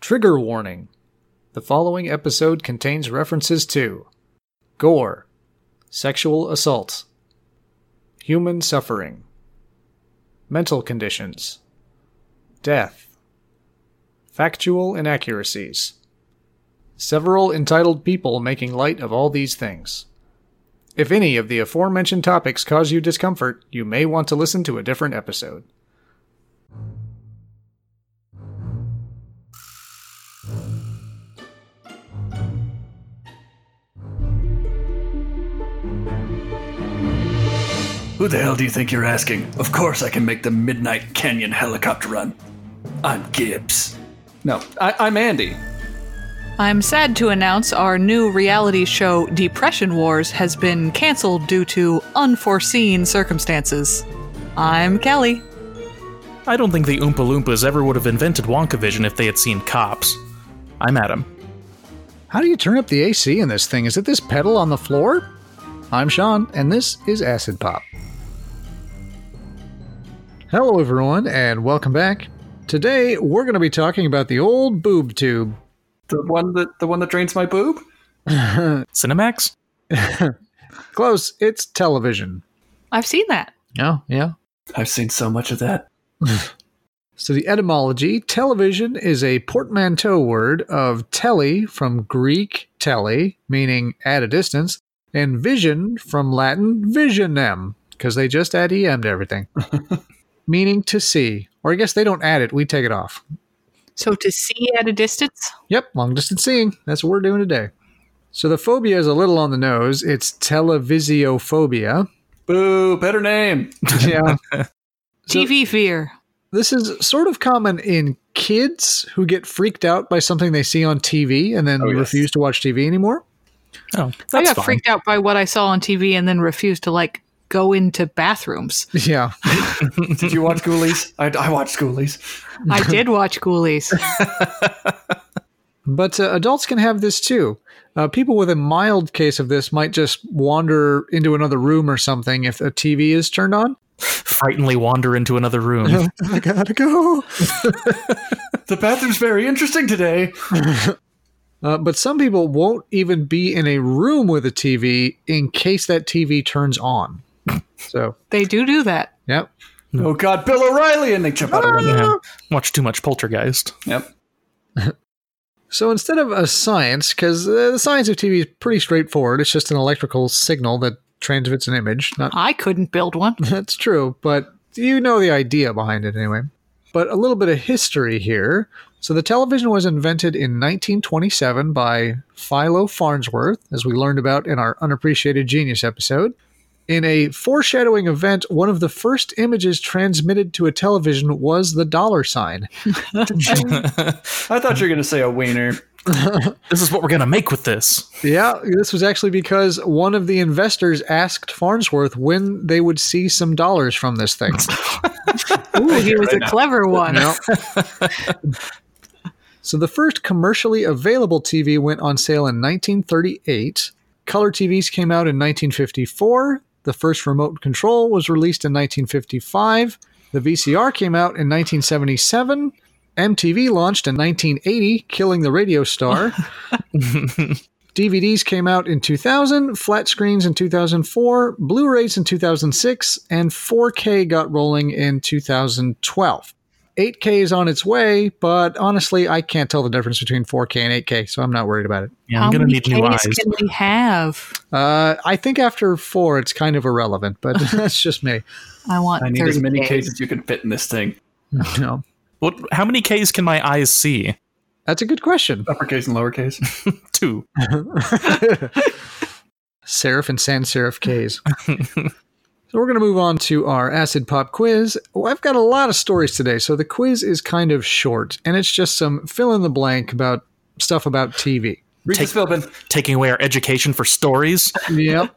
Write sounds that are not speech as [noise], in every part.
Trigger warning. The following episode contains references to gore, sexual assault, human suffering, mental conditions, death, factual inaccuracies, several entitled people making light of all these things. If any of the aforementioned topics cause you discomfort, you may want to listen to a different episode. Who the hell do you think you're asking? Of course I can make the Midnight Canyon helicopter run. I'm Gibbs. No, I, I'm Andy. I'm sad to announce our new reality show, Depression Wars, has been canceled due to unforeseen circumstances. I'm Kelly. I don't think the Oompa Loompas ever would have invented Wonkavision if they had seen cops. I'm Adam. How do you turn up the AC in this thing? Is it this pedal on the floor? I'm Sean, and this is Acid Pop. Hello, everyone, and welcome back. Today, we're going to be talking about the old boob tube. The one that the one that drains my boob? Cinemax? Close, it's television. I've seen that. Oh, yeah. I've seen so much of that. So, the etymology television is a portmanteau word of tele from Greek tele, meaning at a distance, and vision from Latin visionem, because they just add em to everything, meaning to see. Or I guess they don't add it, we take it off. So to see at a distance? Yep, long distance seeing. That's what we're doing today. So, the phobia is a little on the nose. It's televisiophobia. [laughs] Boo, better name. [laughs] Yeah. So- TV fear. this is sort of common in kids who get freaked out by something they see on TV and then Oh, yes. refuse to watch TV anymore. [laughs] Oh, I that's got fine. freaked out by what I saw on TV and then refused to, like, go into bathrooms. Yeah. Did you watch Ghoulies? I, I watched Ghoulies. I did watch Ghoulies. But uh, adults can have this too. Uh, people with a mild case of this might just wander into another room or something if a TV is turned on. [laughs] Frighteningly wander into another room. I gotta go. The bathroom's very interesting today. Uh, but some people won't even be in a room with a TV in case that TV turns on. [laughs] So, They do do that. yep. Oh god, Bill O'Reilly and they jump out of the Yeah. Watch too much Poltergeist. Yep. So instead of a science, because uh, the science of TV is pretty straightforward, it's just an electrical signal that transmits an image. Not [laughs] I couldn't build one. that's true, but you know the idea behind it anyway. But a little bit of history here. So the television was invented in 1927 by Philo Farnsworth, as we learned about in our unappreciated genius episode. In a foreshadowing event, one of the first images transmitted to a television was the dollar sign. I thought you were gonna say a wiener. This is what we're gonna make with this. [laughs] Yeah, this was actually because one of the investors asked Farnsworth when they would see some dollars from this thing. Ooh, [laughs] he was a clever one. No. so the first commercially available TV went on sale in 1938. Color TVs came out in 1954. The first remote control was released in 1955. The VCR came out in 1977. MTV launched in 1980, killing the radio star. DVDs came out in 2000, flat screens in 2004, Blu rays in 2006, and 4K got rolling in 2012. 8K is on its way, but honestly, I can't tell the difference between 4K and 8K, so I'm not worried about it. Yeah, I'm gonna need new eyes. Ks can we have? Uh, I think after 4, it's kind of irrelevant, but [laughs] that's just me. I want I need 30 as many Ks. K's as you can fit in this thing. You know, What? How many Ks can my eyes see? that's a good question. Uppercase and lowercase. Two. Serif and sans serif [laughs] Ks. so we're going to move on to our acid pop quiz. Well, I've got a lot of stories today, so the quiz is kind of short, and it's just some fill in the blank about stuff about TV. Read the Take- spill bin. Taking away our education [laughs] for stories. Yep. [laughs]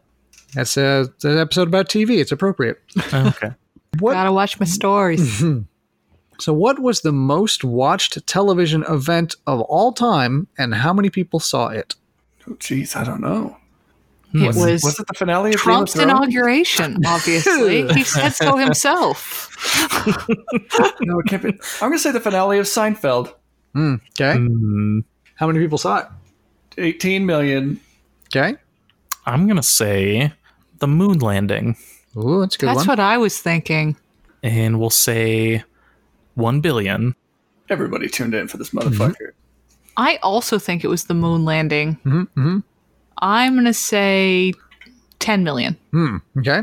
That's a, that's an episode about TV. It's appropriate. Okay. What- Gotta watch my stories. So, what was the most watched television event of all time, and how many people saw it? Oh jeez, I don't know. it was, Was it the finale of Trump's Game of Thrones? [laughs] inauguration, obviously. he said so himself. No, it can't be. I'm gonna say the finale of Seinfeld. Hmm, Okay. Mm. Hmm, How many people saw it? 18 million. Okay. I'm gonna say the moon landing, Ooh, that's a [laughs] good That's one. what I was thinking. and we'll say one billion. Everybody tuned in for this motherfucker. I also think it was the moon landing. Mm-hmm, I'm going to say 10 million. Okay.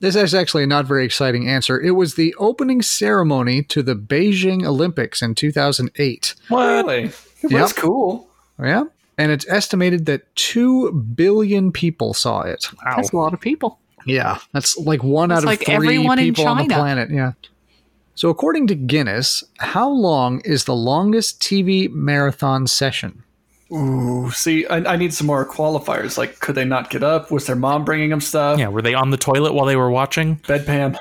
This is actually a not very exciting answer. It was the opening ceremony to the Beijing Olympics in 2008. Really? It was Yep. cool. Oh, Yeah. And it's estimated that 2 billion people saw it. Wow. That's a lot of people. Yeah, that's like one That's out of like three everyone in people on the China. planet. Yeah. So according to Guinness, how long is the longest TV marathon session? Ooh, see, I, I need some more qualifiers. Like, could they not get up? Was their mom bringing them stuff? Yeah, were they on the toilet while they were watching? Bedpan.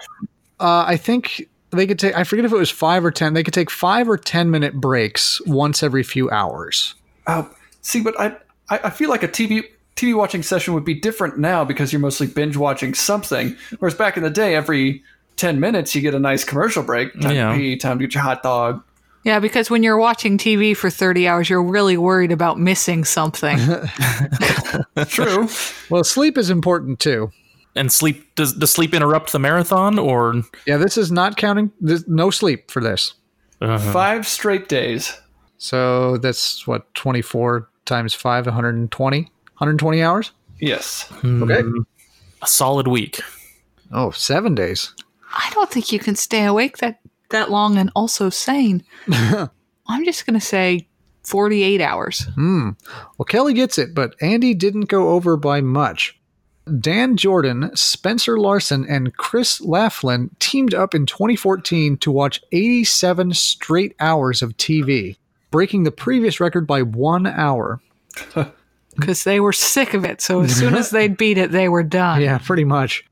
Uh, I think they could take. I forget if it was five or ten. They could take five or ten minute breaks once every few hours. Oh, see, but I, I, I feel like a TV TV watching session would be different now because you're mostly binge watching something. Whereas back in the day, every ten minutes you get a nice commercial break. Time Yeah. to pee. Time to get your hot dog. Yeah, because when you're watching TV for 30 hours, you're really worried about [laughs] missing something. True. Well, sleep is important too. And sleep does does sleep interrupt the marathon or Yeah, this is not counting. There's no sleep for this. uh, Five straight days. So that's what twenty four times five, one hundred and twenty. 120 hours? Yes. Okay. a solid week? Oh, seven days. I don't think you can stay awake that, that long and [laughs] also sane. I'm just going to say 48 hours. Well, Kelly gets it, but Andy didn't go over by much. Dan Jordan, Spencer Larson, and Chris Laughlin teamed up in 2014 to watch 87 straight hours of TV, breaking the previous record by one hour. because they were sick of it. So as [laughs] soon as they beat it, they were done. Yeah, pretty much.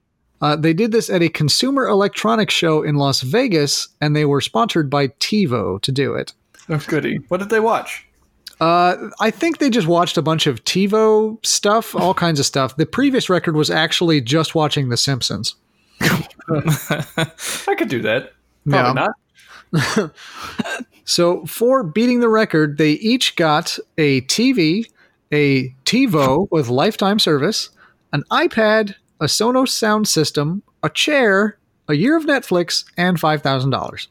Uh, they did this at a consumer electronics show in Las Vegas, and they were sponsored by TiVo to do it. Oh, goody. What did they watch? Uh, I think they just watched a bunch of TiVo stuff, [laughs] all kinds of stuff. The previous record was actually just watching The Simpsons. I could do that. Probably Yeah. not. So for beating the record, they each got a TV, a [laughs] TiVo with lifetime service, an iPad, a Sonos sound system, a chair, a year of Netflix, and five thousand dollars.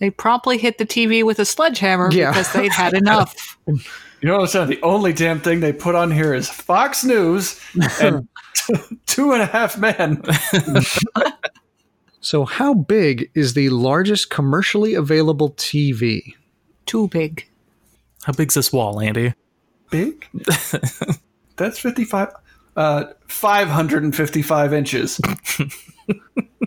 They promptly hit the TV with a sledgehammer Yeah. because they'd [laughs] had enough. You know what I'm saying? The only damn thing they put on here is Fox News [laughs] and [laughs] Two and a Half Men. So how big is the largest commercially available TV? Too big. How big's this wall, Andy? Big? [laughs] That's 55. Uh, 555 inches.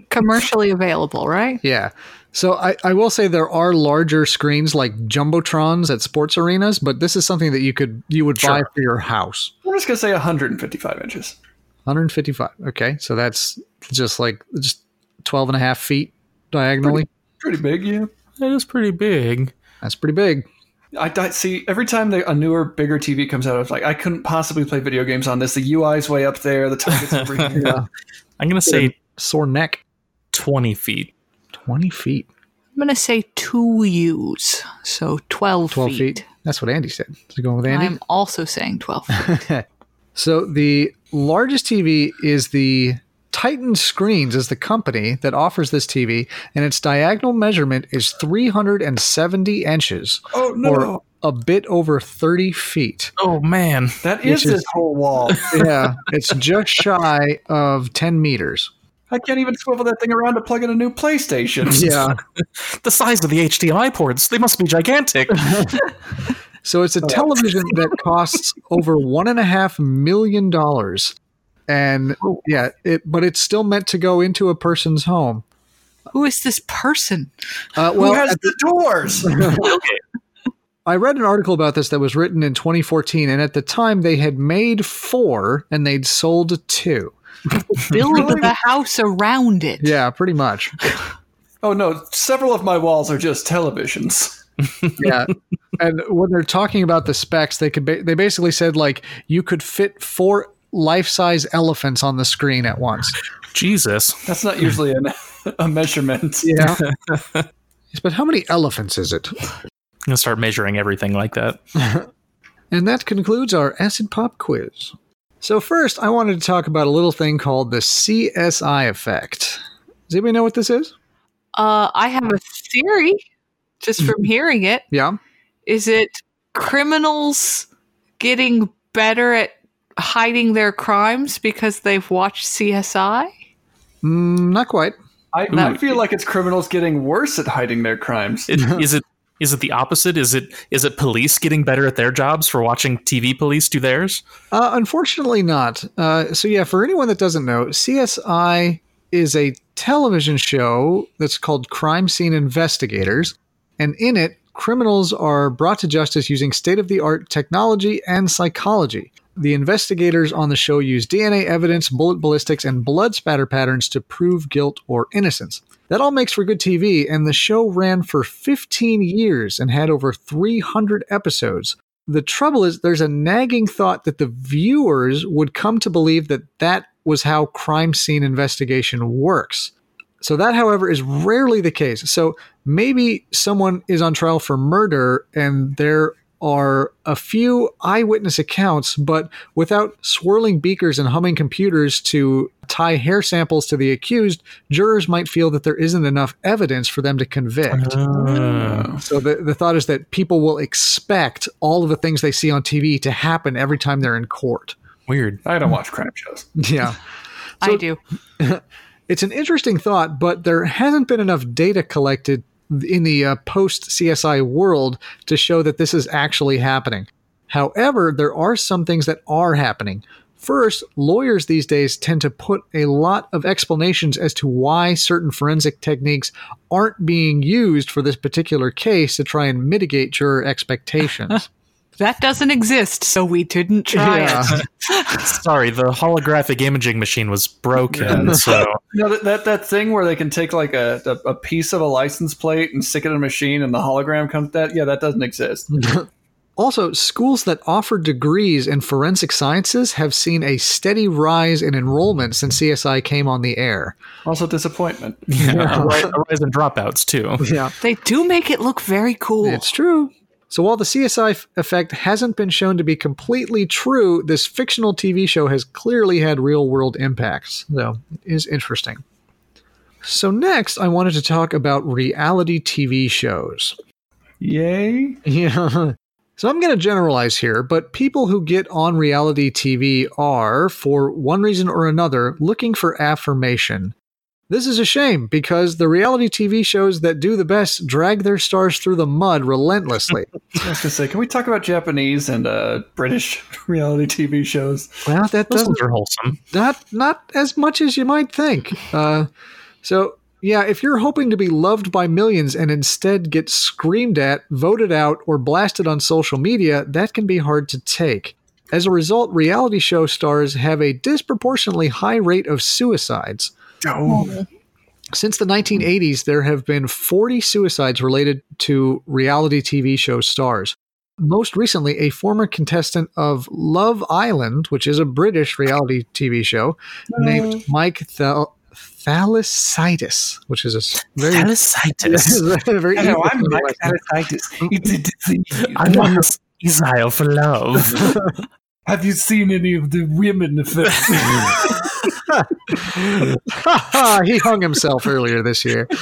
Commercially available, right? Yeah. So I, I will say there are larger screens like jumbotrons at sports arenas, but this is something that you could you would buy for your house. I'm just going to say 155 inches. 155 okay so that's just like just 12 and a half feet diagonally Pretty big, yeah. That is pretty big. that's pretty big I, I see every time they, a newer, bigger TV comes out, I was like, I couldn't possibly play video games on this. The UI's way up there, the target's over here. [laughs] I'm gonna say sore neck twenty feet. 20 feet I'm going to say two U's. So 12, 12 feet, feet. that's what andy said is it going with andy I'm also saying 12. [laughs] feet. so the largest tv is the titan screens is the company that offers this tv and its diagonal measurement is 370 inches Oh, no. or a bit over 30 feet Oh man. that is Which is- this whole wall. yeah [laughs] it's just shy of 10 meters I can't even swivel that thing around to plug in a new PlayStation. [laughs] yeah The size of the HDMI ports, they must be [laughs] gigantic. So it's a [laughs] Oh. television that costs over one and a half million dollars, and Oh. yeah, it but it's still meant to go into a person's home. Who is this [laughs] person? Uh, Who well, has the doors? [laughs] I read an article about this that was written in 2014, and at the time they had made four and they'd sold two. Build the house around it. Yeah, pretty much. Oh no, several of my walls are just televisions. Yeah. and when they're talking about the specs, they could ba- they basically said like you could fit four life-size elephants on the screen at once. Jesus. That's not usually [laughs] an, a measurement. [laughs] Yeah. but how many elephants is it? gonna start measuring everything like that. And that concludes our acid pop quiz. So, first, I wanted to talk about a little thing called the CSI effect. Does anybody know what this is? Uh, I have a theory just [laughs] from hearing it. Yeah. Is it criminals getting better at hiding their crimes because they've watched CSI? Mm, not quite. I, I feel like it's criminals getting worse at hiding their crimes. [laughs] It, is it is it the opposite? Is it is it police getting better at their jobs for watching TV police do theirs? Uh, unfortunately, not. Uh, so, yeah, for anyone that doesn't know, CSI is a television show that's called Crime Scene Investigators. And in it, criminals are brought to justice using state of the art technology and psychology. The investigators on the show use DNA evidence, bullet ballistics, and blood spatter patterns to prove guilt or innocence. That all makes for good TV, and the show ran for 15 years and had over 300 episodes. The trouble is, there's a nagging thought that the viewers would come to believe that that was how crime scene investigation works. So, that, however, is rarely the case. So, maybe someone is on trial for murder and there are a few eyewitness accounts, but without swirling beakers and humming computers to tie hair samples to the accused, jurors might feel that there isn't enough evidence for them to convict. Uh, So the, the thought is that people will expect all of the things they see on TV to happen every time they're in court. [laughs] Weird. I don't watch crime shows. Yeah. I do. It's an interesting thought, but there hasn't been enough data collected in the uh, post CSI world to show that this is actually happening. However, there are some things that are happening. First, lawyers these days tend to put a lot of explanations as to why certain forensic techniques aren't being used for this particular case to try and mitigate juror expectations. That doesn't exist, so we didn't try Yeah. [laughs] it. Sorry, the holographic imaging machine was broken, [laughs] so You know, that, that, that thing where they can take like a, a, a piece of a license plate and stick it in a machine and the hologram comes that yeah, that doesn't exist. Also, schools that offer degrees in forensic sciences have seen a steady rise in enrollment since CSI came on the air. Also disappointment. yeah, a [laughs] ri- a rise in dropouts too. Yeah. They do make it look very cool. It's true. So while the CSI f- effect hasn't been shown to be completely true, this fictional TV show has clearly had real world impacts, though it is interesting. So next, I wanted to talk about reality TV shows. Yay. Yeah. [laughs] So I'm going to generalize here, but people who get on reality TV are, for one reason or another, looking for affirmation. This is a shame because the reality TV shows that do the best drag their stars through the mud [laughs] relentlessly. I was gonna say, can we talk about Japanese and uh, British [laughs] reality TV shows? well, that Those doesn't ones are wholesome. not not as much as you might think. Uh, so yeah, if you're hoping to be loved by millions and instead get screamed at, voted out, or blasted on social media, that can be hard to take. As a result, reality show stars have a disproportionately high rate of suicides. Oh, Since the 1980s, there have been 40 suicides related to reality TV show stars. Most recently, a former contestant of Love Island, which is a British reality TV show, named Mike Thal- Thalassidis, which is a s- very, [laughs] Thalicitis. a [laughs] very hello, I'm interesting Mike last name. Thanatitis. It's a [laughs] disease. I'm on this exile for love. Have you seen any of the women [laughs] effects? Ha, ha, he hung himself earlier this year. [laughs]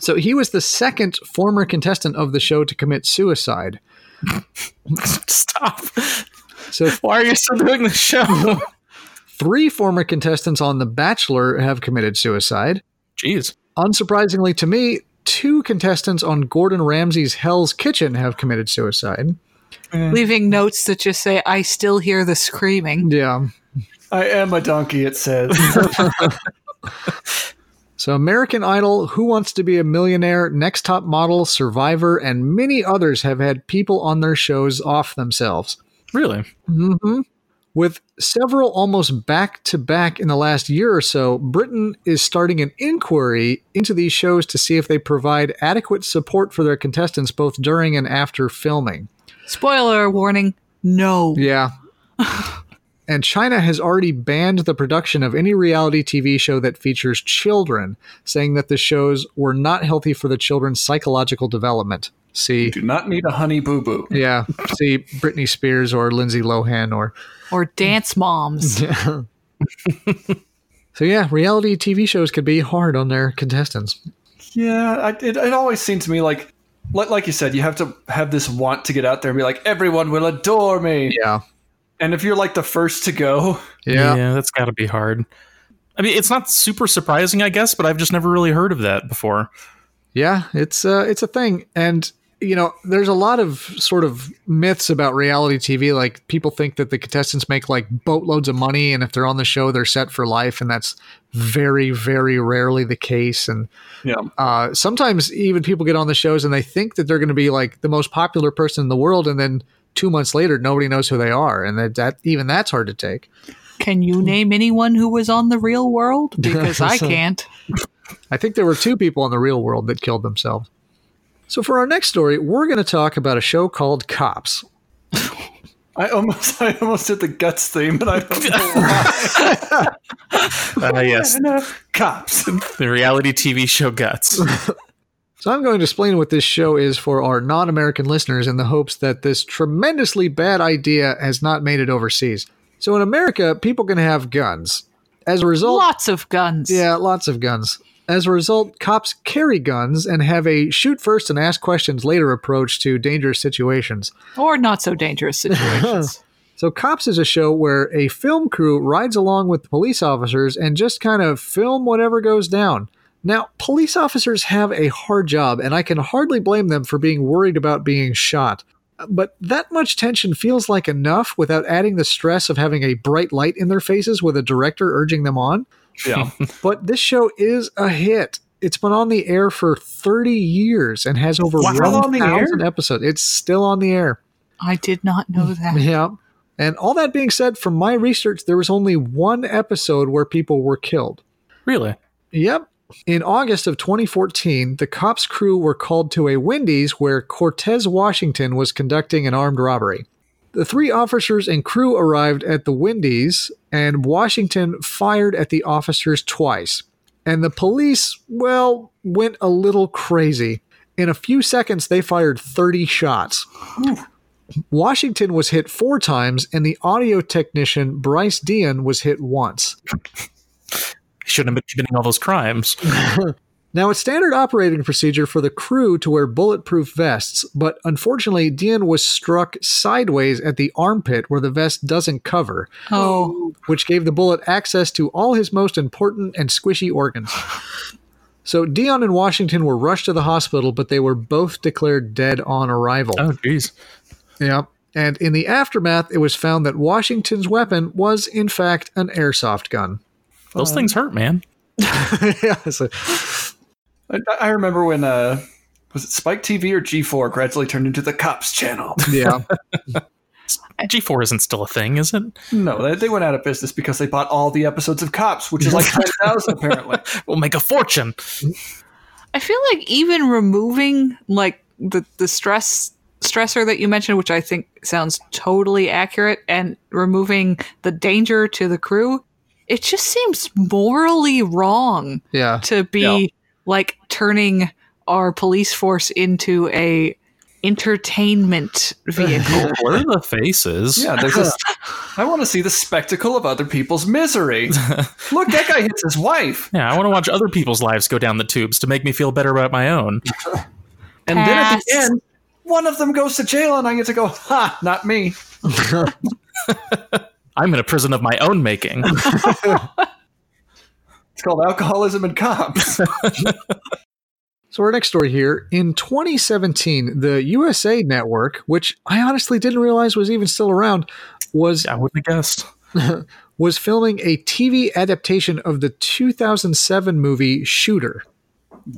So he was the second former contestant of the show to commit suicide. [laughs] Stop. So Why are you still doing the show? three former contestants on The Bachelor have committed suicide. [laughs] Jeez. Unsurprisingly to me, two contestants on Gordon Ramsay's Hell's Kitchen have committed suicide. Leaving notes that just say, I still hear the screaming. Yeah. I am a donkey, it [laughs] says. So American Idol, Who Wants to Be a Millionaire, Next Top Model, Survivor, and many others have had people on their shows off themselves. Really? hmm With several almost back to back in the last year or so, Britain is starting an inquiry into these shows to see if they provide adequate support for their contestants both during and after filming. Spoiler warning no. Yeah. and China has already banned the production of any reality TV show that features children, saying that the shows were not healthy for the children's psychological development. See, Do not need a honey boo boo. yeah, see Britney Spears or Lindsay Lohan or Or [laughs] dance moms. so yeah, reality TV shows could be hard on their contestants. Yeah, I, it, it always seemed to me like, like, like you said, you have to have this want to get out there and be like, everyone will adore me. Yeah. And if you're like the first to go, Yeah. that's got to be hard. I mean, it's not super surprising, I guess, but I've just never really heard of that [laughs] before. Yeah, it's uh, it's a thing, and you know, there's a lot of sort of myths about reality TV. Like people think that the contestants make like boatloads of money, and if they're on the show, they're set for life, and that's very, very rarely the case. And yeah, uh, sometimes even people get on the shows and they think that they're going to be like the most popular person in the world, and then two months later, nobody knows who they are, and that, that even that's hard to take. Can you name anyone who was on the real world? [laughs] Because I can't. I think there were two people in the real world that killed themselves. So for our next story, we're going to talk about a show called Cops. I almost, [laughs] I almost did the guts theme, but I [laughs] don't know why. Uh, yes, Cops. the reality TV show [laughs] Guts. So I'm going to explain what this show is for our non-American listeners in the hopes that this tremendously bad idea has not made it overseas. So in America, people can have guns. As a result, Lots of guns. yeah, lots of guns. As a result, cops carry guns and have a shoot first and ask questions later approach to dangerous situations. Or not so [laughs] dangerous situations. So, Cops is a show where a film crew rides along with police officers and just kind of film whatever goes down. Now, police officers have a hard job, and I can hardly blame them for being worried about being shot. But that much tension feels like enough without adding the stress of having a bright light in their faces with a director urging them on. [laughs] Yeah. But this show is a hit. It's been on the air for 30 years and has over Wow. Still on the air? 1,000 episodes. It's still on the air. I did not know that. Yeah. And all that being said, from my research, there was only one episode where people were killed. Really? Yep. In August of 2014, the cops' crew were called to a Wendy's where Cortez Washington was conducting an armed robbery. The three officers and crew arrived at the Wendy's, and Washington fired at the officers twice. And the police, well, went a little crazy. In a few seconds, they fired 30 shots. Washington was hit four times, and the audio technician, Bryce Dean, was hit once. Shouldn't have been committing all those crimes. Now, it's standard operating procedure for the crew to wear bulletproof vests, but unfortunately, Dean was struck sideways at the armpit where the vest doesn't cover, Oh, which gave the bullet access to all his most important and squishy organs. So, Dion and Washington were rushed to the hospital, but they were both declared dead on arrival. Oh, jeez. Yeah. And in the aftermath, it was found that Washington's weapon was, in fact, an airsoft gun. [laughs] Those things hurt, man. yeah, so- I, I remember when, uh, was it Spike TV or G4 gradually turned into the Cops channel? yeah. G4 isn't still a thing, is it? No, they, they went out of business because they bought all the episodes of Cops, which is [laughs] like 10,000 apparently. We'll make a fortune. I feel like even removing like the the stress stressor that you mentioned, which I think sounds totally accurate, and removing the danger to the crew, it just seems morally wrong yeah. to be Yeah. like turning our police force into a entertainment vehicle. Blur the [laughs] faces. Yeah, there's this. I want to see the spectacle of other [laughs] people's misery. Look, that guy hits his wife. Yeah, I want to watch other people's lives go down the tubes to make me feel better about my own. And then at the Pass. end, one of them goes to jail, and I get to go, ha, not me. I'm in a prison of my own [laughs] making. It's called alcoholism and cops. [laughs] So, our next story here in 2017, the USA Network, which I honestly didn't realize was even still around, was I wouldn't have guessed. was filming a TV adaptation of the 2007 movie Shooter.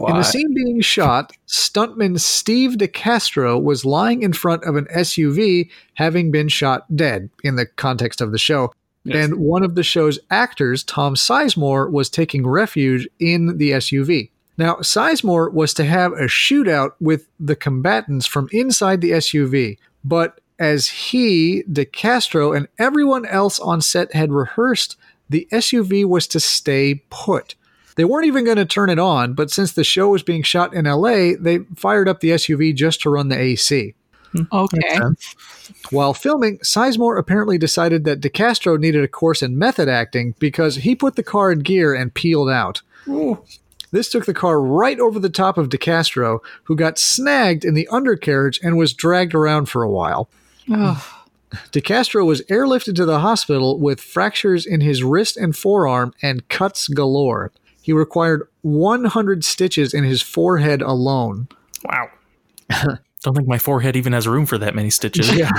In the scene being shot, stuntman Steve DeCastro was lying in front of an SUV having been shot dead in the context of the show. And one of the show's actors, Tom Sizemore, was taking refuge in the SUV. Now, Sizemore was to have a shootout with the combatants from inside the SUV, but as he, DeCastro, and everyone else on set had rehearsed, the SUV was to stay put. They weren't even going to turn it on, but since the show was being shot in LA, they fired up the SUV just to run the AC. Okay. While filming, Sizemore apparently decided that DeCastro needed a course in method acting because he put the car in gear and peeled out. Ooh. This took the car right over the top of DeCastro, who got snagged in the undercarriage and was dragged around for a while. Ugh. DeCastro was airlifted to the hospital with fractures in his wrist and forearm and cuts galore. He required 100 stitches in his forehead alone. Wow. Don't think my forehead even has room for that many stitches. Yeah.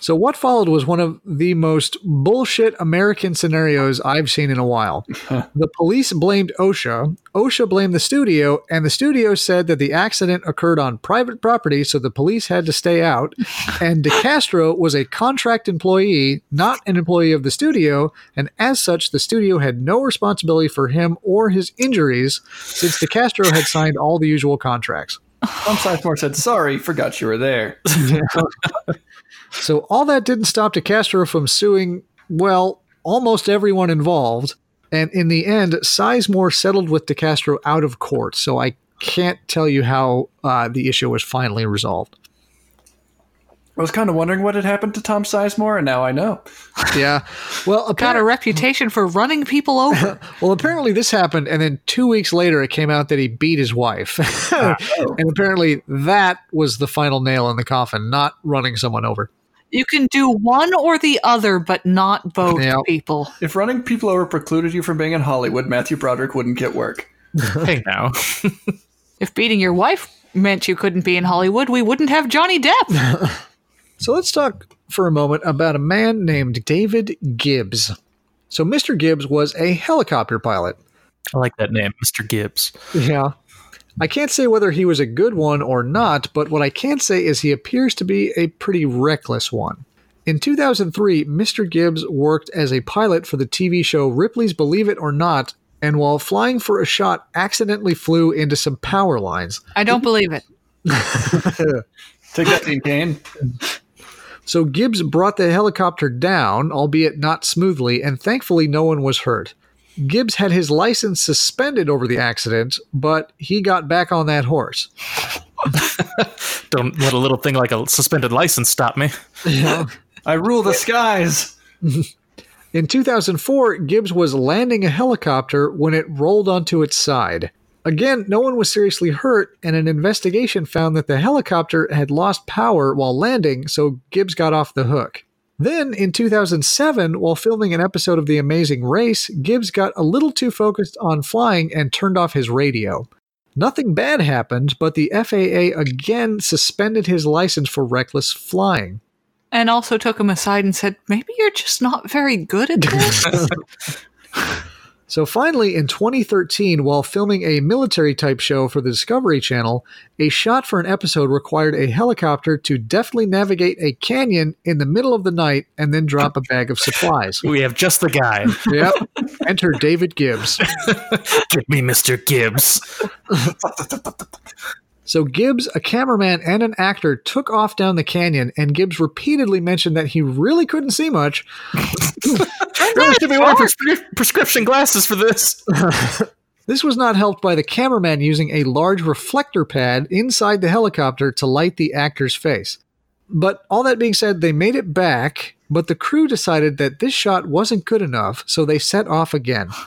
so what followed was one of the most bullshit American scenarios I've seen in a while. the police blamed OSHA, OSHA blamed the studio, and the studio said that the accident occurred on private property, so the police had to stay out. And DeCastro was a contract employee, not an employee of the studio, and as such, the studio had no responsibility for him or his injuries, since DeCastro had signed all the usual contracts. Tom Sizemore said, "Sorry, forgot you were there." So all that didn't stop DeCastro from suing, well, almost everyone involved. And in the end, Sizemore settled with DeCastro out of court. So I can't tell you how uh, the issue was finally resolved. I was kind of wondering what had happened to Tom Sizemore, and now I know. Yeah. Well, Got a apparently, reputation for running people over. well, apparently this happened, and then two weeks later, it came out that he beat his wife, [laughs] and apparently that was the final nail in the coffin, not running someone over. You can do one or the other, but not both Yep. people. If running people over precluded you from being in Hollywood, Matthew Broderick wouldn't get work. [laughs] hey now. If beating your wife meant you couldn't be in Hollywood, we wouldn't have Johnny Depp. So let's talk for a moment about a man named David Gibbs. So Mr. Gibbs was a helicopter pilot. I like that name, Mr. Gibbs. Yeah. I can't say whether he was a good one or not, but what I can say is he appears to be a pretty reckless one. In 2003, Mr. Gibbs worked as a pilot for the TV show Ripley's Believe It or Not, and while flying for a shot, accidentally flew into some power lines. [laughs] I don't believe it. Take that, Dean Kane. So Gibbs brought the helicopter down, albeit not smoothly, and thankfully no one was hurt. Gibbs had his license suspended over the accident, but he got back on that horse. Don't let a little thing like a suspended license stop me. I rule the skies. In 2004, Gibbs was landing a helicopter when it rolled onto its side. Again, no one was seriously hurt, and an investigation found that the helicopter had lost power while landing, so Gibbs got off the hook. Then, in 2007, while filming an episode of The Amazing Race, Gibbs got a little too focused on flying and turned off his radio. Nothing bad happened, but the FAA again suspended his license for reckless flying. And also took him aside and said, maybe you're just not very [laughs] good at this. So finally, in 2013, while filming a military type show for the Discovery Channel, a shot for an episode required a helicopter to deftly navigate a canyon in the middle of the night and then drop a bag of [laughs] supplies. We have just the guy. yep. Enter David Gibbs. Give me Mr. Gibbs. So Gibbs, a cameraman, and an actor took off down the canyon, and Gibbs repeatedly mentioned that he really couldn't see much, Really should be wearing prescri- prescription glasses for this. This was not helped by the cameraman using a large reflector pad inside the helicopter to light the actor's face. But all that being said, they made it back, but the crew decided that this shot wasn't good enough, so they set off again. [laughs]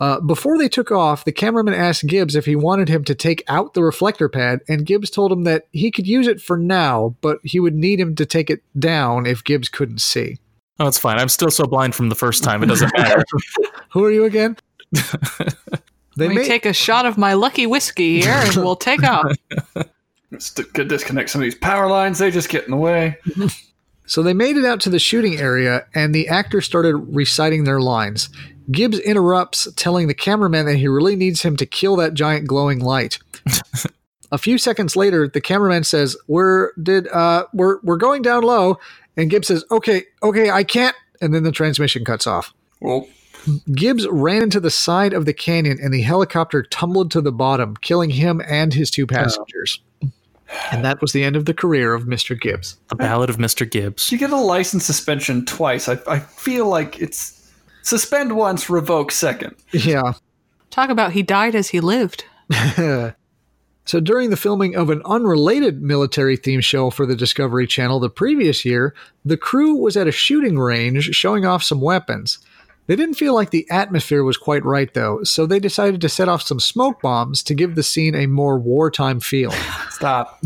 Uh, before they took off, the cameraman asked Gibbs if he wanted him to take out the reflector pad, and Gibbs told him that he could use it for now, but he would need him to take it down if Gibbs couldn't see. Oh, it's fine. I'm still so blind from the first time. It doesn't [laughs] matter. Who are you [laughs] again? they Let me take a shot of my lucky whiskey here and [laughs] we'll take off. Let's d- could disconnect some of these power lines. They just get in the way. So they made it out to the shooting area, and the actors started reciting their lines. Gibbs interrupts, telling the cameraman that he really needs him to kill that giant glowing [laughs] light. A few seconds later, the cameraman says, "We're did uh we're we're going down low," and Gibbs says, "Okay, okay, I can't." And then the transmission cuts off. Well, Gibbs ran into the side of the canyon, and the helicopter tumbled to the bottom, killing him and his two passengers. And that was the end of the career of Mr. Gibbs. The Ballad of Mr. Gibbs. You get a license suspension twice. I, I feel like it's suspend once, revoke second. Yeah. Talk about he died as he lived. So during the filming of an unrelated military themed show for the Discovery Channel the previous year, the crew was at a shooting range showing off some weapons. They didn't feel like the atmosphere was quite right though, so they decided to set off some smoke bombs to give the scene a more wartime feel. Stop.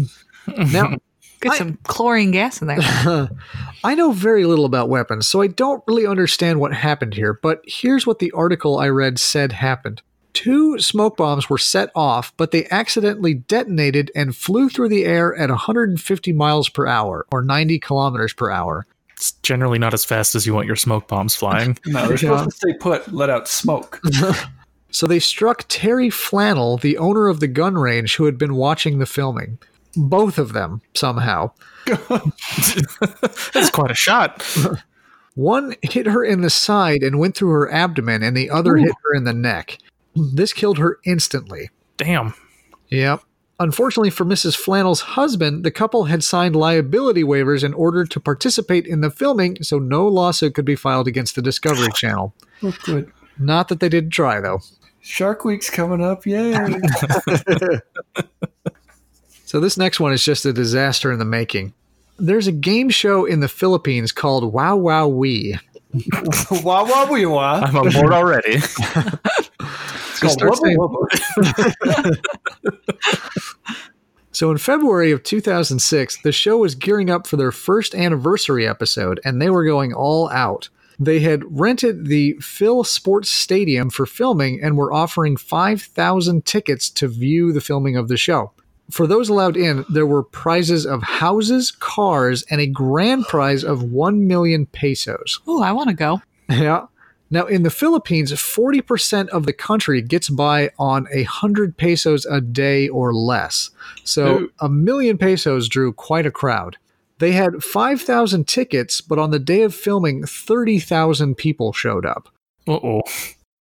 Now, Get I- some chlorine gas in there. [laughs] I know very little about weapons, so I don't really understand what happened here, but here's what the article I read said happened. Two smoke bombs were set off, but they accidentally detonated and flew through the air at 150 miles per hour, or 90 kilometers per hour. It's generally not as fast as you want your smoke bombs flying. No, they're Yeah. supposed to stay put, let out smoke. So they struck Terry Flannel, the owner of the gun range, who had been watching the filming. Both of them, somehow. That's quite a [laughs] shot. One hit her in the side and went through her abdomen, and the other hit her in the neck. This killed her instantly. Damn. Yep. Unfortunately for Mrs. Flannel's husband, the couple had signed liability waivers in order to participate in the filming, so no lawsuit could be filed against the Discovery Channel. Oh, good. Not that they didn't try, though. Shark Week's coming up. [laughs] Yay. So this next one is just a disaster in the making. There's a game show in the Philippines called Wow Wow Wee. wah wah wee wah. I'm on board already. It's Just start called saying- Wubba [laughs] Wubba. So in February of 2006, the show was gearing up for their first anniversary episode, and they were going all out. They had rented the Phil Sports Stadium for filming and were offering 5,000 tickets to view the filming of the show. For those allowed in, there were prizes of houses, cars, and a grand prize of 1 million pesos. Ooh, I want to go. Yeah. Now, in the Philippines, 40% of the country gets by on a 100 pesos a day or less. So Ooh. a million pesos drew quite a crowd. They had 5,000 tickets, but on the day of filming, 30,000 people showed up. Uh-oh.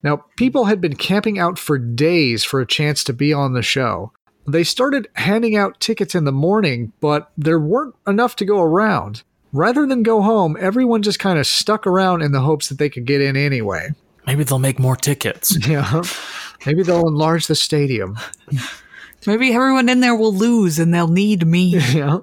Now, people had been camping out for days for a chance to be on the show. They started handing out tickets in the morning, but there weren't enough to go around. Rather than go home, everyone just kind of stuck around in the hopes that they could get in anyway. Maybe they'll make more tickets. Yeah. Maybe they'll enlarge the stadium. Maybe everyone in there will lose and they'll need me. [laughs] [laughs] Yeah.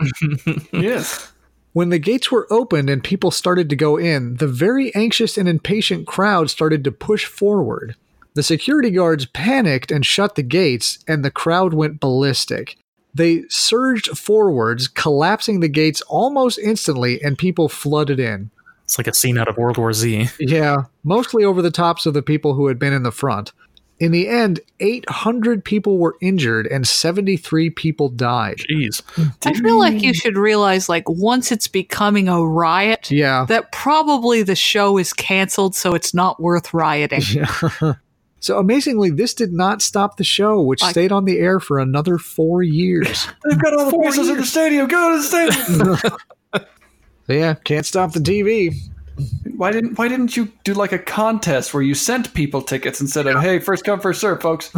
Yes. When the gates were opened and people started to go in, the very anxious and impatient crowd started to push forward. The security guards panicked and shut the gates, and the crowd went ballistic. They surged forwards, collapsing the gates almost instantly, and people flooded in. It's like a scene out of World War Z. Yeah, mostly over the tops of the people who had been in the front. In the end, 800 people were injured and 73 people died. Jeez. I feel like you should realize, like, once it's becoming a riot, Yeah. that probably the show is canceled, so it's not [laughs] worth rioting. So amazingly, this did not stop the show, which I- stayed on the air for another four years. They've got all the pieces in the stadium. Go to [laughs] the stadium. So yeah, can't stop the TV. why didn't Why didn't you do like a contest where you sent people tickets instead of hey first come first [laughs] serve folks?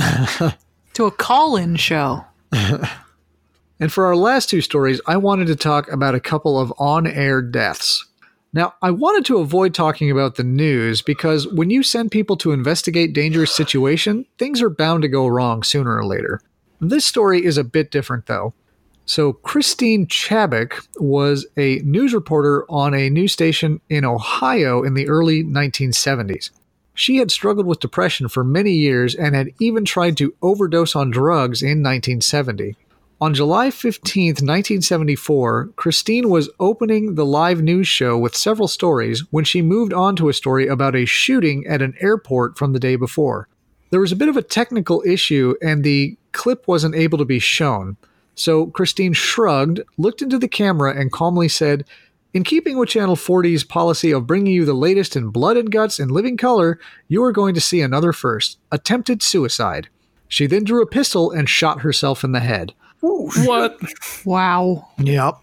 to a call in show. And for our last two stories, I wanted to talk about a couple of on air deaths. Now, I wanted to avoid talking about the news because when you send people to investigate dangerous situation, things are bound to go wrong sooner or later. This story is a bit different though. So, Christine Chabak was a news reporter on a news station in Ohio in the early 1970s. She had struggled with depression for many years and had even tried to overdose on drugs in 1970. On July 15th, 1974, Christine was opening the live news show with several stories when she moved on to a story about a shooting at an airport from the day before. There was a bit of a technical issue and the clip wasn't able to be shown. So Christine shrugged, looked into the camera, and calmly said, In keeping with Channel 40's policy of bringing you the latest in blood and guts in living color, you are going to see another first attempted suicide. She then drew a pistol and shot herself in the head. What? Wow. Yep.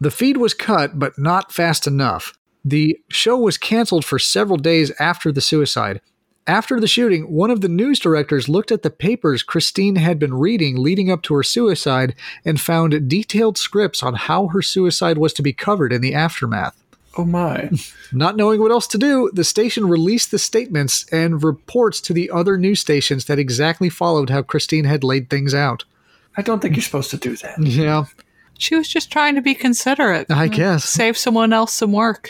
The feed was cut, but not fast enough. The show was canceled for several days after the suicide. After the shooting, one of the news directors looked at the papers Christine had been reading leading up to her suicide and found detailed scripts on how her suicide was to be covered in the aftermath. [laughs] Oh my. Not knowing what else to do, the station released the statements and reports to the other news stations that exactly followed how Christine had laid things out. I don't think you're supposed to do that. Yeah, She was just trying to be considerate. I guess. Save someone else some work.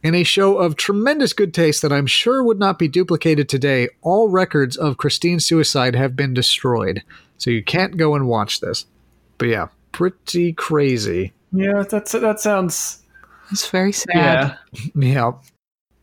In a show of tremendous good taste that I'm sure would not be duplicated today, all records of Christine's suicide have been destroyed. So you can't go and watch this. But yeah, pretty crazy. Yeah, that's that sounds It's very sad. yeah. Yeah.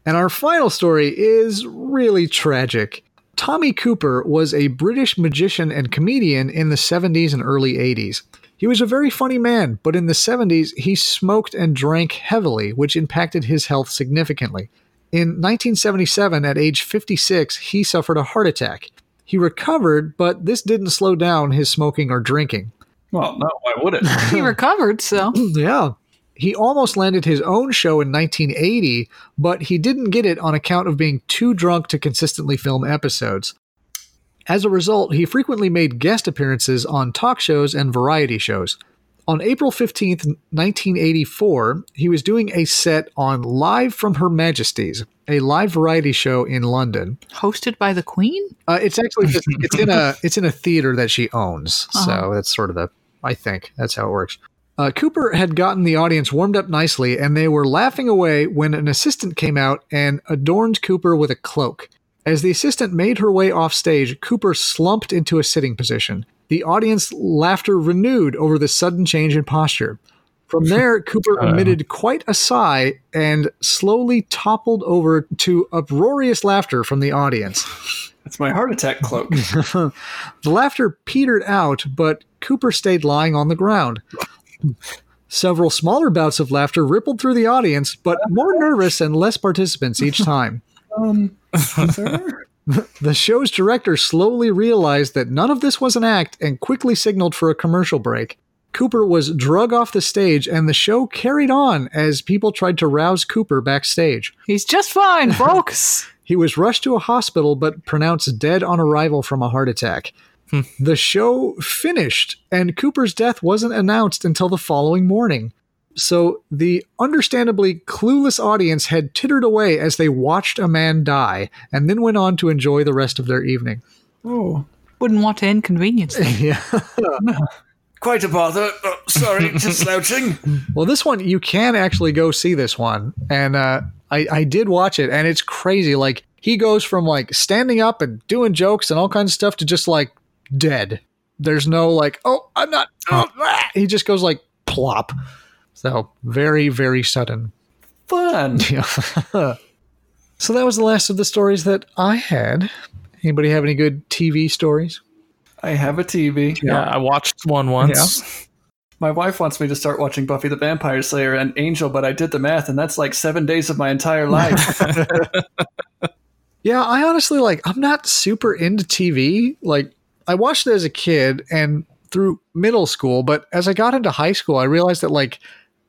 And our final story is really tragic. Tommy Cooper was a British magician and comedian in the 70s and early 80s. He was a very funny man, but in the 70s, he smoked and drank heavily, which impacted his health significantly. In 1977, at age 56, he suffered a heart attack. He recovered, but this didn't slow down his smoking or drinking. Well, no, why would it? He recovered, so Mm, Yeah. He almost landed his own show in 1980, but he didn't get it on account of being too drunk to consistently film episodes. As a result, he frequently made guest appearances on talk shows and variety shows. On April 15th, 1984, he was doing a set on Live from Her Majesty's, a live variety show in London. hosted by the Queen? Uh, it's actually just, it's in a it's in a theater that she owns, so that's sort of the I think that's how it works. Uh, Cooper had gotten the audience warmed up nicely, and they were laughing away when an assistant came out and adorned Cooper with a cloak. As the assistant made her way off stage, Cooper slumped into a sitting position. The audience laughter renewed over the sudden change in posture. From there, Cooper emitted quite a sigh and slowly toppled over to uproarious laughter from the audience. That's my heart attack cloak. [laughs] The laughter petered out, but Cooper stayed lying on the ground. Several smaller bouts of laughter rippled through the audience, but more nervous and less participants each time. Um, sir? The show's director slowly realized that none of this was an act and quickly signaled for a commercial break. Cooper was drug off the stage, and the show carried on as people tried to rouse Cooper backstage. He's just fine, folks. He was rushed to a hospital but pronounced dead on arrival from a heart attack. the show finished, and Cooper's death wasn't announced until the following morning. So the understandably clueless audience had tittered away as they watched a man die and then went on to enjoy the rest of their evening. Oh, Wouldn't want to inconvenience them. yeah. quite a bother. Oh, sorry, just slouching. Well, this one, you can actually go see this one. And uh, I, I did watch it, and it's crazy. Like, he goes from like standing up and doing jokes and all kinds of stuff to just like dead. There's no like, oh, I'm not. Oh, ah." He just goes like plop. So, very, very sudden. [laughs] Fun. Yeah. so, that was the last of the stories that I had. Anybody have any good TV stories? I have a TV. Yeah, I watched one once. My wife wants me to start watching Buffy the Vampire Slayer and Angel, but I did the math, and that's like seven days of my entire life. Yeah, I honestly like I'm not super into TV. Like I watched it as a kid and through middle school, but as I got into high school, I realized that like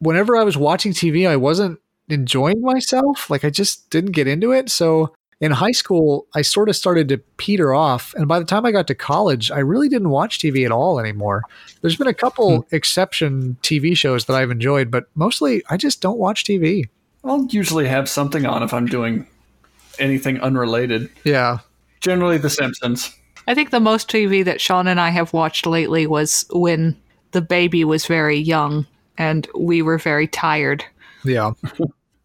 whenever I was watching TV, I wasn't enjoying myself. Like I just didn't get into it. So in high school, I sort of started to peter off, and by the time I got to college, I really didn't watch TV at all anymore. There's been a couple exception TV shows that I've enjoyed, but mostly I just don't watch TV. I'll usually have something on if I'm doing anything unrelated. Yeah. Generally, The Simpsons. I think the most TV that Sean and I have watched lately was when the baby was very young and we were very tired. Yeah.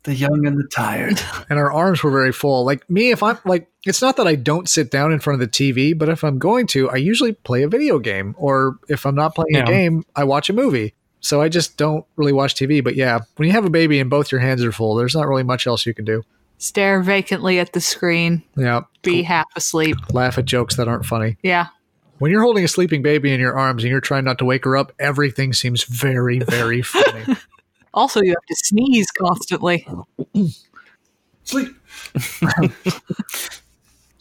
The Young and the Tired. and our arms were very full. Like me, if I'm like, it's not that I don't sit down in front of the TV, but if I'm going to, I usually play a video game, or if I'm not playing Yeah. a game, I watch a movie. So I just don't really watch TV. But yeah, when you have a baby and both your hands are full, there's not really much else you can do. Stare vacantly at the screen, Yeah, be half asleep. laugh at jokes that aren't funny. Yeah. When you're holding a sleeping baby in your arms and you're trying not to wake her up, everything seems very, very funny. Also, you have to sneeze constantly. Sleep. [laughs]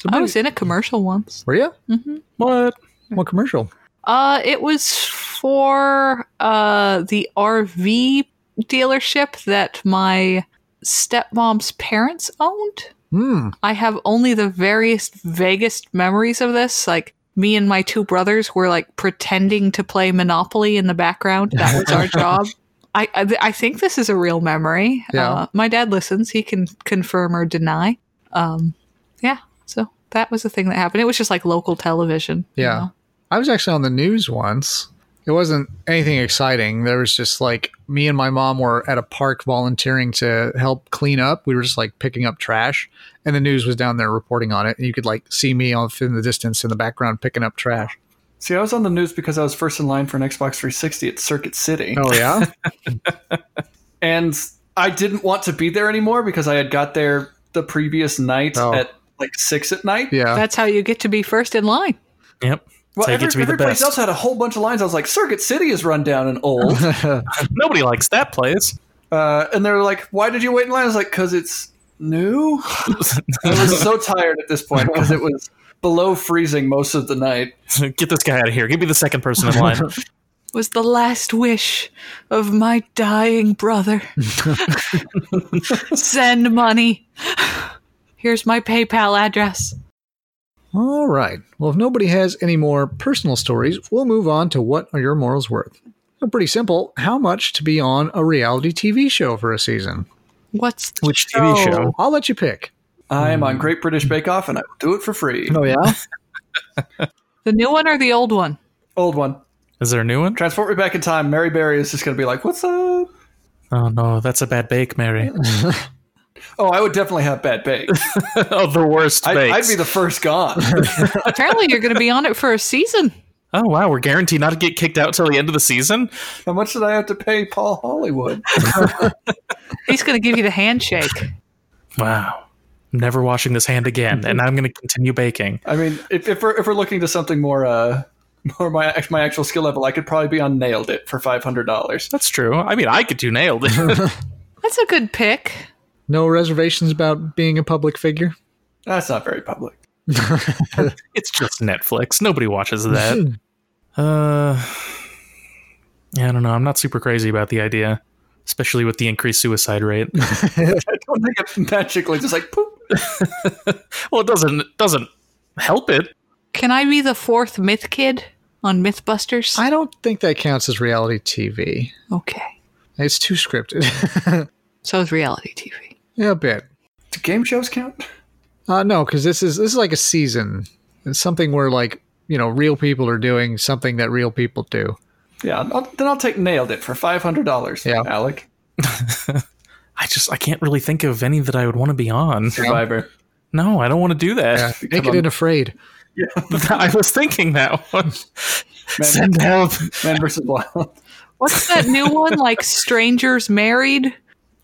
I was in a commercial once. Mm-hmm. Were you? What? What commercial? Uh, it was for uh the RV dealership that my stepmom's parents owned. Hmm. I have only the veriest, vaguest memories of this. Like me and my two brothers were like pretending to play Monopoly in the background. That [laughs] was our job. I, I th- I think this is a real memory. Yeah. Uh, my dad listens. He can confirm or deny. Um, yeah. So that was the thing that happened. It was just like local television. you Yeah. know? I was actually on the news once. It wasn't anything exciting. There was just like me and my mom were at a park volunteering to help clean up. We were just like picking up trash, and the news was down there reporting on it. And you could like see me off in the distance in the background picking up trash. See, I was on the news because I was first in line for an Xbox 360 at Circuit City. Oh yeah, and I didn't want to be there anymore because I had got there the previous night Oh. at like six at [laughs] night. yeah. That's how you get to be first in line. Yep. Well, so you get every- to be the everybody best. else had a whole bunch of lines. I was like, Circuit City is run down and [laughs] old. Nobody likes that place. [laughs] uh, and they're like, why did you wait in line? I was like, because it's new. [laughs] I was so tired at this point because it was below freezing most of the night. Get this guy out of here. Give me the second person in line. Was the last wish of my dying brother. Send money. Here's my PayPal address. All right. Well, if nobody has any more personal stories, we'll move on to what are your morals worth? Well, pretty simple. How much to be on a reality TV show for a season? What's the [laughs] [laughs] Which TV show? I'll let you pick. I am on Hmm. Great British Bake Off and I will do it for free. Oh yeah. The new one or the old one? Old one. Is there a new one? Transport me back in time. Mary Berry is just going to be like, what's up? Oh no, that's a bad bake, [laughs] Mary. Oh, I would definitely have bad bake. [laughs] oh, the worst I, bakes. I'd be the first gone. Apparently, you're going to be on it for a season. oh wow, we're guaranteed not to get kicked out till the end of the season. How much did I have to pay Paul Hollywood? He's going to give you the handshake. Wow. I'm never washing this hand again, and I'm going to continue baking. I mean, if, if we're if we're looking to something more uh more my act- my actual skill level, I could probably be on nailed it for five hundred dollars. That's true. I mean, I could do nailed [laughs] it. That's a good pick. [laughs] No reservations about being a public figure. That's not very public. it's just Netflix. Nobody watches that. Uh, yeah, I don't know. I'm not super crazy about the idea, especially with the increased [laughs] suicide rate. I don't think it's magically just like poop. well, it doesn't it doesn't help it. Can I be the fourth myth kid on Mythbusters? [laughs] I don't think that counts as reality TV. okay. It's too scripted. [laughs] So is reality TV. yeah, a bit. Do game shows count? Uh, no, because this is this is like a season. It's something where like you know real people are doing something that real people [laughs] do. Yeah, I'll, then I'll take nailed it for five hundred dollars. Yeah. Alec I just I can't really think of any that I would want to be on. Survivor. No, I don't want to do that. Naked on. and [laughs] afraid. [laughs] I was thinking that [laughs] one. Man, Send help. Man versus Wild. What's that new one? Like Strangers Married?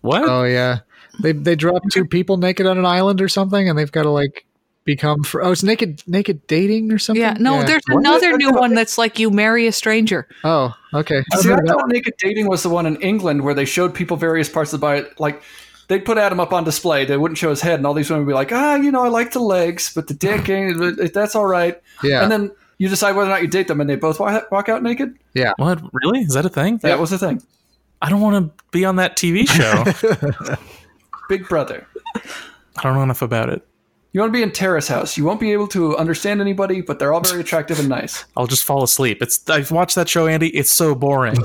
What? Oh yeah, they they drop [laughs] two people naked on an island or something, and they've got to like become. Fr- oh, it's naked naked dating or something. Yeah. No, there's another new one that's like you marry a stranger. Oh, okay. See, I I've heard of that. thought Naked Dating was the one in England where they showed people various parts of the body. Like, they'd put Adam up on display. They wouldn't show his head, and all these women would be like, ah, you know, I like the legs, but the dick, ain't, that's all right. Yeah. And then you decide whether or not you date them, and they both wa- walk out naked. What? Really? Is that a thing? That was the thing. I don't want to be on that TV [laughs] show. Big Brother. I don't know enough about it. You want to be in Terrace House. You won't be able to understand anybody, but they're all very attractive and [laughs] nice. I'll just fall asleep. It's I've watched that show, Andy. It's [laughs] so boring.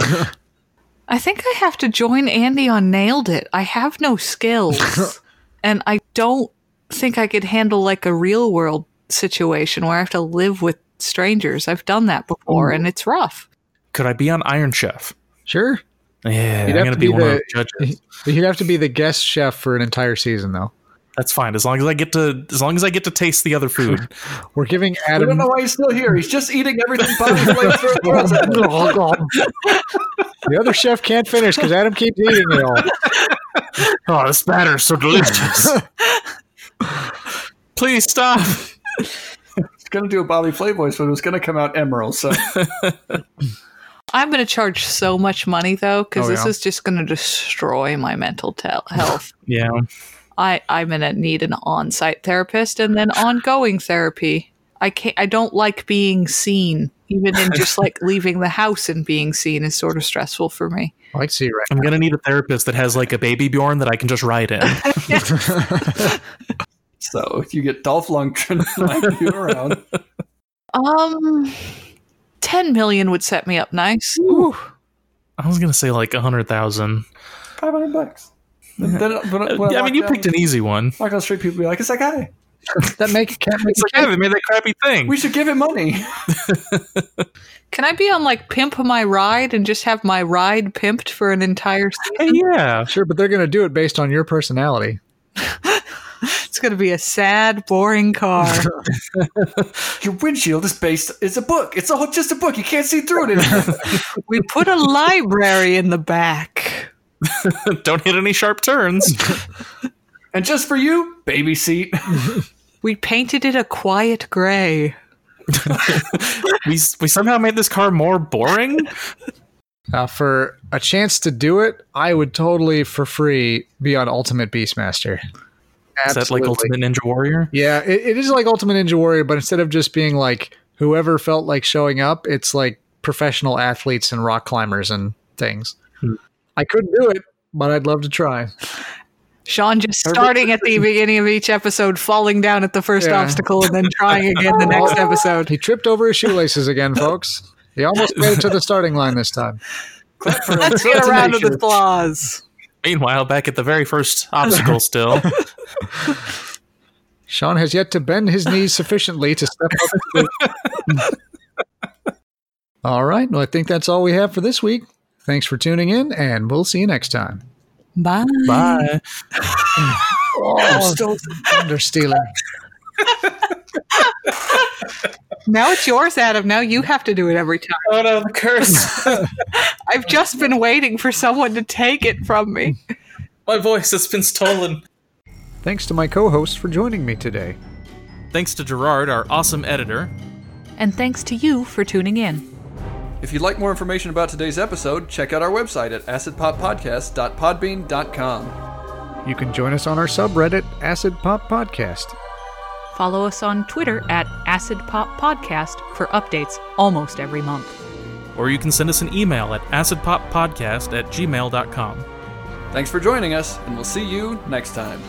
I think I have to join Andy on Nailed It. I have no skills. [laughs] and I don't think I could handle like a real world situation where I have to live with strangers. I've done that before and it's rough. Could I be on Iron Chef? sure. Yeah, You'd I'm have gonna to be, be one of the- the judges. You'd have to be the guest chef for an entire season, though. That's fine as long as I get to as long as I get to taste the other food. [laughs] We're giving I don't Adam. know why he's still here. He's just eating [laughs] everything by his way through. the world. the other chef can't finish because Adam keeps eating it all. oh, this batter's so delicious. Please stop. He's going to do a Bobby Flay voice, but it was going to come out Emerald. So I'm going to charge so much money though, because Oh, this yeah. is just going to destroy my mental tel health. Yeah. I, I'm going to need an on site therapist and then ongoing therapy. I can't, I don't like being seen, even in [laughs] just like leaving the house and being seen is sort of stressful for me. Oh, I see right. I'm gonna need a therapist that has like a baby Bjorn that I can just ride in. So you get Dolph Lundgren dragging you [laughs] around. Um, ten million would set me up nice. I was gonna say like a hundred thousand. Five hundred bucks. Then, then uh, when I- when I mean, you walk picked down- an easy one. Walk down the street, people be like, "It's that guy. [laughs] That make can't make It's like, yeah, they made that crappy thing. We should give him money." [laughs] Can I be on like pimp my ride and just have my ride pimped for an entire Hey, season? [laughs] yeah, sure, but they're gonna do it based on your personality. It's gonna be a sad, boring car. Your windshield is based. It's a book. It's a whole, just a book. You can't see through it. [laughs] Anymore. we put a library in the back. don't hit any sharp [laughs] turns. and just for you, baby seat. We painted it a quiet gray. we we somehow made this car more boring. Now, Uh, for a chance to do it, I would totally for free be on Ultimate Beastmaster. Is that like Absolutely. Ultimate Ninja Warrior? Yeah, it, it is like Ultimate Ninja Warrior, but instead of just being like whoever felt like showing up, it's like professional athletes and rock climbers and things. I couldn't do it, but I'd love to try. Sean just starting at the beginning of each episode, falling down at the first Yeah. obstacle, and then trying again the next episode. He tripped over his shoelaces again, folks. He almost made it to the starting line this time. Clap for him. Let's get That's a around to the nature. flaws. Meanwhile, back at the very first obstacle, [laughs] still Sean has yet to bend his knees sufficiently to step up. to the- all right. Well, I think that's all we have for this week. Thanks for tuning in, and we'll see you next time. Bye. bye. Oh, still thunder stealing. Now it's yours, Adam. Now you have to do it every time. Oh no, the curse! [laughs] I've just been waiting for someone to take it from me. My voice has been stolen. Thanks to my co hosts for joining me today. Thanks to Gerard, our awesome editor. And thanks to you for tuning in. If you'd like more information about today's episode, check out our website at acidpoppodcast.podbean.com. You can join us on our subreddit, Acid Pop Podcast. Follow us on Twitter at Acid Pop Podcast for updates almost every month. Or you can send us an email at acidpoppodcast at gmail.com. Thanks for joining us, and we'll see you next time.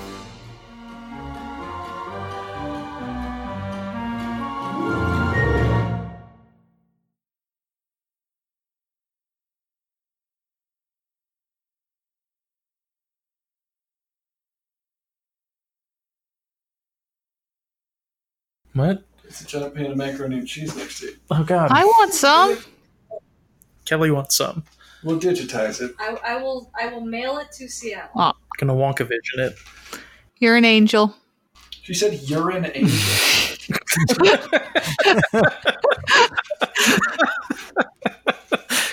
What? It's a giant pan of macaroni and cheese next to you. Oh god. I want some. Kelly wants some. We'll digitize it. I, I will I will mail it to Seattle. Gonna Wonka vision it. You're an angel. She said you're an angel.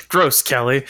Gross, Kelly.